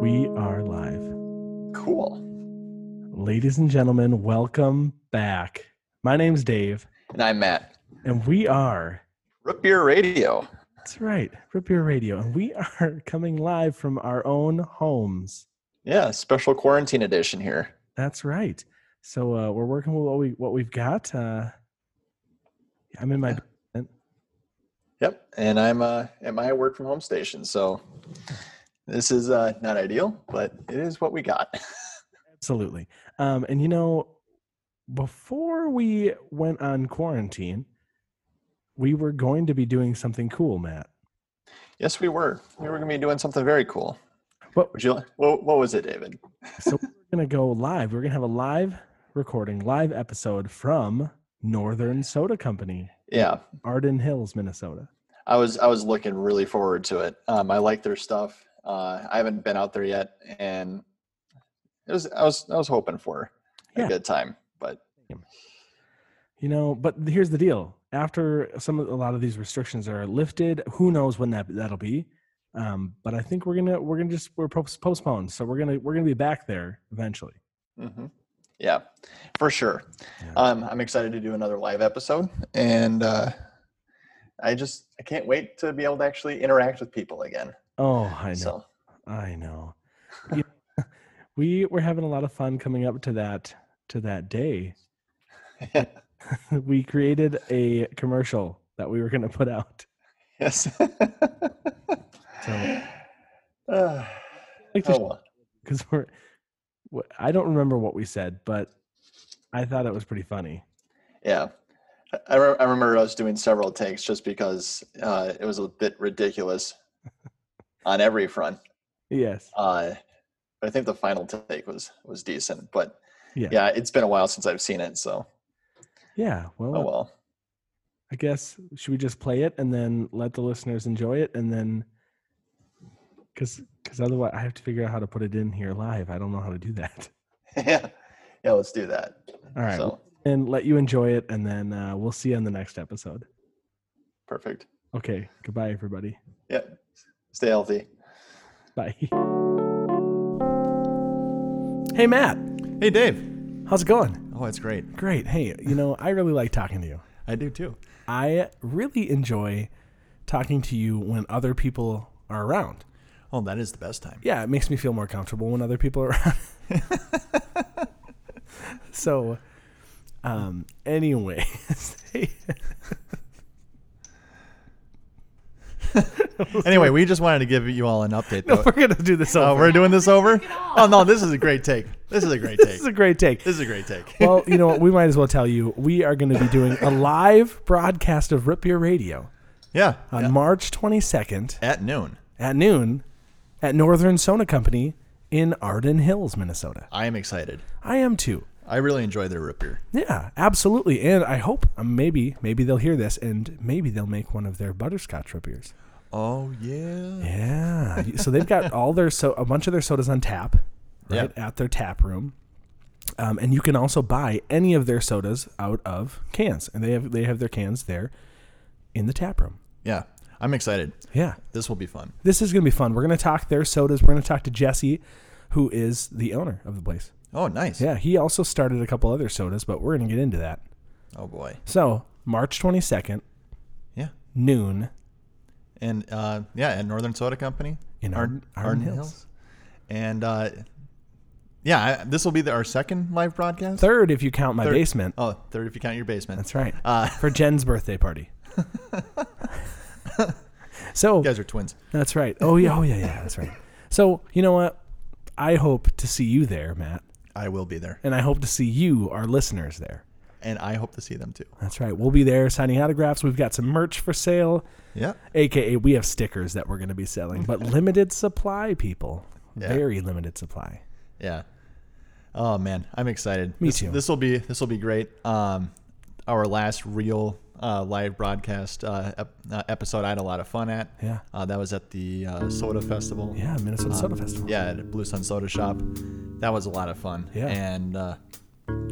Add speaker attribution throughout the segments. Speaker 1: We are live.
Speaker 2: Cool.
Speaker 1: Ladies and gentlemen, welcome back. My name's Dave,
Speaker 2: And I'm Matt.
Speaker 1: and we are,
Speaker 2: Root Beer Radio.
Speaker 1: that's right, Rip Your Radio, and we are coming live from our own homes.
Speaker 2: Yeah, special quarantine edition here.
Speaker 1: That's right. So uh, we're working with what, we, what we've got. Uh, I'm in my,
Speaker 2: Yep. And I'm uh, at my work from home station. So this is uh, not ideal, but it is what we got.
Speaker 1: absolutely. Um, and you know, before we went on quarantine, we were going to be doing something cool, Matt.
Speaker 2: yes, we were. We were going to be doing something very cool.
Speaker 1: What-
Speaker 2: would you like? What, what was it, David?
Speaker 1: so we're gonna go live. We're gonna have a live recording, live episode from Northern Soda Company,
Speaker 2: Yeah,
Speaker 1: Arden Hills, Minnesota.
Speaker 2: I was I was looking really forward to it. Um, I like their stuff. Uh, I haven't been out there yet, and it was I was I was hoping for a
Speaker 1: Yeah.
Speaker 2: good time, but
Speaker 1: You know, but here's the deal: after some of- a lot of these restrictions are lifted, who knows when that that'll be. Um, but I think we're gonna we're gonna just we're post- postponed, so we're gonna we're gonna be back there eventually.
Speaker 2: Mm-hmm. Yeah, for sure.
Speaker 1: Yeah.
Speaker 2: Um, I'm excited to do another live episode, and uh, I just I can't wait to be able to actually interact with people again.
Speaker 1: Oh, I know.
Speaker 2: So
Speaker 1: I know. You know, we were having a lot of fun coming up to that to that day. we created a commercial that we were going to put out.
Speaker 2: yes.
Speaker 1: So-
Speaker 2: Uh,
Speaker 1: Like
Speaker 2: oh
Speaker 1: to
Speaker 2: well.
Speaker 1: because we're, wh- I don't remember what we said, but I thought it was pretty funny.
Speaker 2: Yeah. I, re- I remember us doing several takes just because uh, it was a bit ridiculous on every front.
Speaker 1: Yes,
Speaker 2: Uh, but I think the final take was was decent. But
Speaker 1: Yeah.
Speaker 2: yeah, it's been a while since I've seen it, so
Speaker 1: yeah. Well,
Speaker 2: oh well.
Speaker 1: I guess should we just play it and then let the listeners enjoy it and then because because otherwise I have to figure out how to put it in here live. I don't know how to do that.
Speaker 2: yeah yeah let's do that
Speaker 1: All right,
Speaker 2: so
Speaker 1: and let you enjoy it, and then uh, we'll see you on the next episode.
Speaker 2: perfect
Speaker 1: Okay, goodbye, everybody.
Speaker 2: yeah stay healthy
Speaker 1: Bye. Hey, Matt.
Speaker 3: Hey, Dave.
Speaker 1: How's it going?
Speaker 3: Oh, it's great.
Speaker 1: Great. Hey, you know, I really like talking to you.
Speaker 3: I do too.
Speaker 1: I really enjoy talking to you when other people are around.
Speaker 3: Oh, that is the best time.
Speaker 1: Yeah, it makes me feel more comfortable when other people are around. so, um, anyway,
Speaker 3: Anyway, we just wanted to give you all an update. Though.
Speaker 1: we're gonna do this
Speaker 3: oh,
Speaker 1: over.
Speaker 3: we're doing this over? Oh, no, this is a great take. This is a great take.
Speaker 1: this is a great take.
Speaker 3: This is a great take.
Speaker 1: Well, you know what? We might as well tell you we are going to be doing a live broadcast of Rip Your Radio
Speaker 3: Yeah. Uh,
Speaker 1: on March 22nd
Speaker 3: At noon,
Speaker 1: at noon at Northern Sona Company in Arden Hills, Minnesota.
Speaker 3: I am excited.
Speaker 1: I am too.
Speaker 3: I really enjoy their root beer.
Speaker 1: Yeah, absolutely. And I hope um, maybe maybe they'll hear this and maybe they'll make one of their butterscotch root beers.
Speaker 3: Oh, yeah.
Speaker 1: Yeah. so they've got all their so a bunch of their sodas on tap, right at their tap room. Um, and you can also buy any of their sodas out of cans, and they have they have their cans there in the tap room.
Speaker 3: Yeah. I'm excited.
Speaker 1: Yeah,
Speaker 3: This will be fun.
Speaker 1: this is gonna be fun. We're gonna talk their sodas. We're gonna talk to Jesse, who is the owner of the place.
Speaker 3: Oh, nice.
Speaker 1: Yeah, he also started a couple other sodas, but we're gonna get into that.
Speaker 3: Oh, boy.
Speaker 1: So March twenty second,
Speaker 3: Yeah.
Speaker 1: noon
Speaker 3: And uh, yeah, at Northern Soda Company
Speaker 1: in
Speaker 3: Ar-
Speaker 1: Arden, Arden, Hills.
Speaker 3: And uh, yeah, I, this will be the, our second live broadcast.
Speaker 1: Third, if you count my
Speaker 3: Third.
Speaker 1: basement.
Speaker 3: Oh, third if you count your basement.
Speaker 1: That's right.
Speaker 3: Uh,
Speaker 1: for Jen's birthday party. so
Speaker 3: you guys are twins.
Speaker 1: that's right. Oh yeah, oh yeah, yeah, that's right. So you know what? I hope to see you there, Matt,
Speaker 3: I will be there,
Speaker 1: and I hope to see you, our listeners, there.
Speaker 3: and I hope to see them too.
Speaker 1: That's right. We'll be there signing autographs. We've got some merch for sale,
Speaker 3: Yeah,
Speaker 1: aka we have stickers that we're going to be selling, but limited supply, people.
Speaker 3: Yeah.
Speaker 1: Very limited supply.
Speaker 3: yeah. Oh man, I'm excited.
Speaker 1: Me
Speaker 3: This-
Speaker 1: too.
Speaker 3: This will be this will be great. Um, our last real uh, live broadcast uh, ep- uh, episode, I had a lot of fun at.
Speaker 1: Yeah.
Speaker 3: Uh, that was at the uh, Soda Festival.
Speaker 1: Yeah, Minnesota Soda Festival.
Speaker 3: Yeah, at Blue Sun Soda Shop. That was a lot of fun.
Speaker 1: Yeah.
Speaker 3: And uh,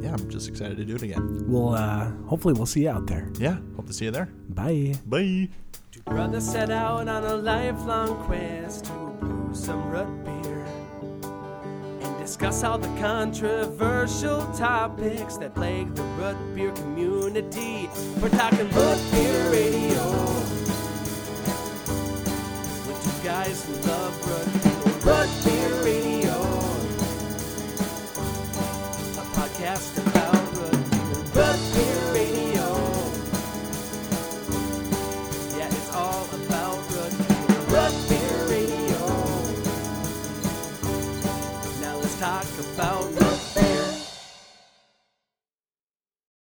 Speaker 3: yeah, I'm just excited to do it again.
Speaker 1: We'll uh, hopefully we'll see you out there.
Speaker 3: Yeah. Hope to see you there.
Speaker 1: Bye.
Speaker 3: Bye.
Speaker 4: Two brothers set out on a lifelong quest to brew some root beer and discuss all the controversial topics that plague the root beer community. We're talking root beer radio with two guys who love